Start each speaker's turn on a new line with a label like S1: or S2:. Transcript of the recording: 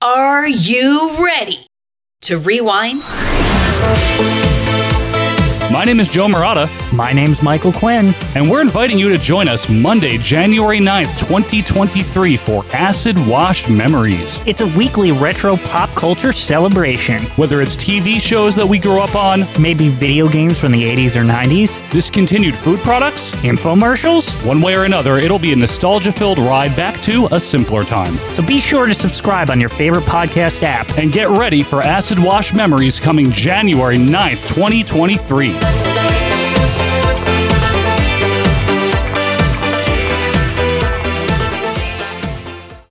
S1: Are you ready to rewind?
S2: My name is Joe Murata,
S3: My name's Michael Quinn.
S2: and we're inviting you to join us Monday, January 9th, 2023 for Acid Washed Memories.
S3: It's a weekly retro pop culture celebration.
S2: Whether it's TV shows that we grew up on,
S3: Maybe video games from the 80s or 90s,
S2: discontinued food products,
S3: infomercials.
S2: one way or another, it'll be a nostalgia filled ride back to a simpler time.
S3: So be sure to subscribe on your favorite podcast app.
S2: And get ready for Acid Wash Memories coming January 9th, 2023.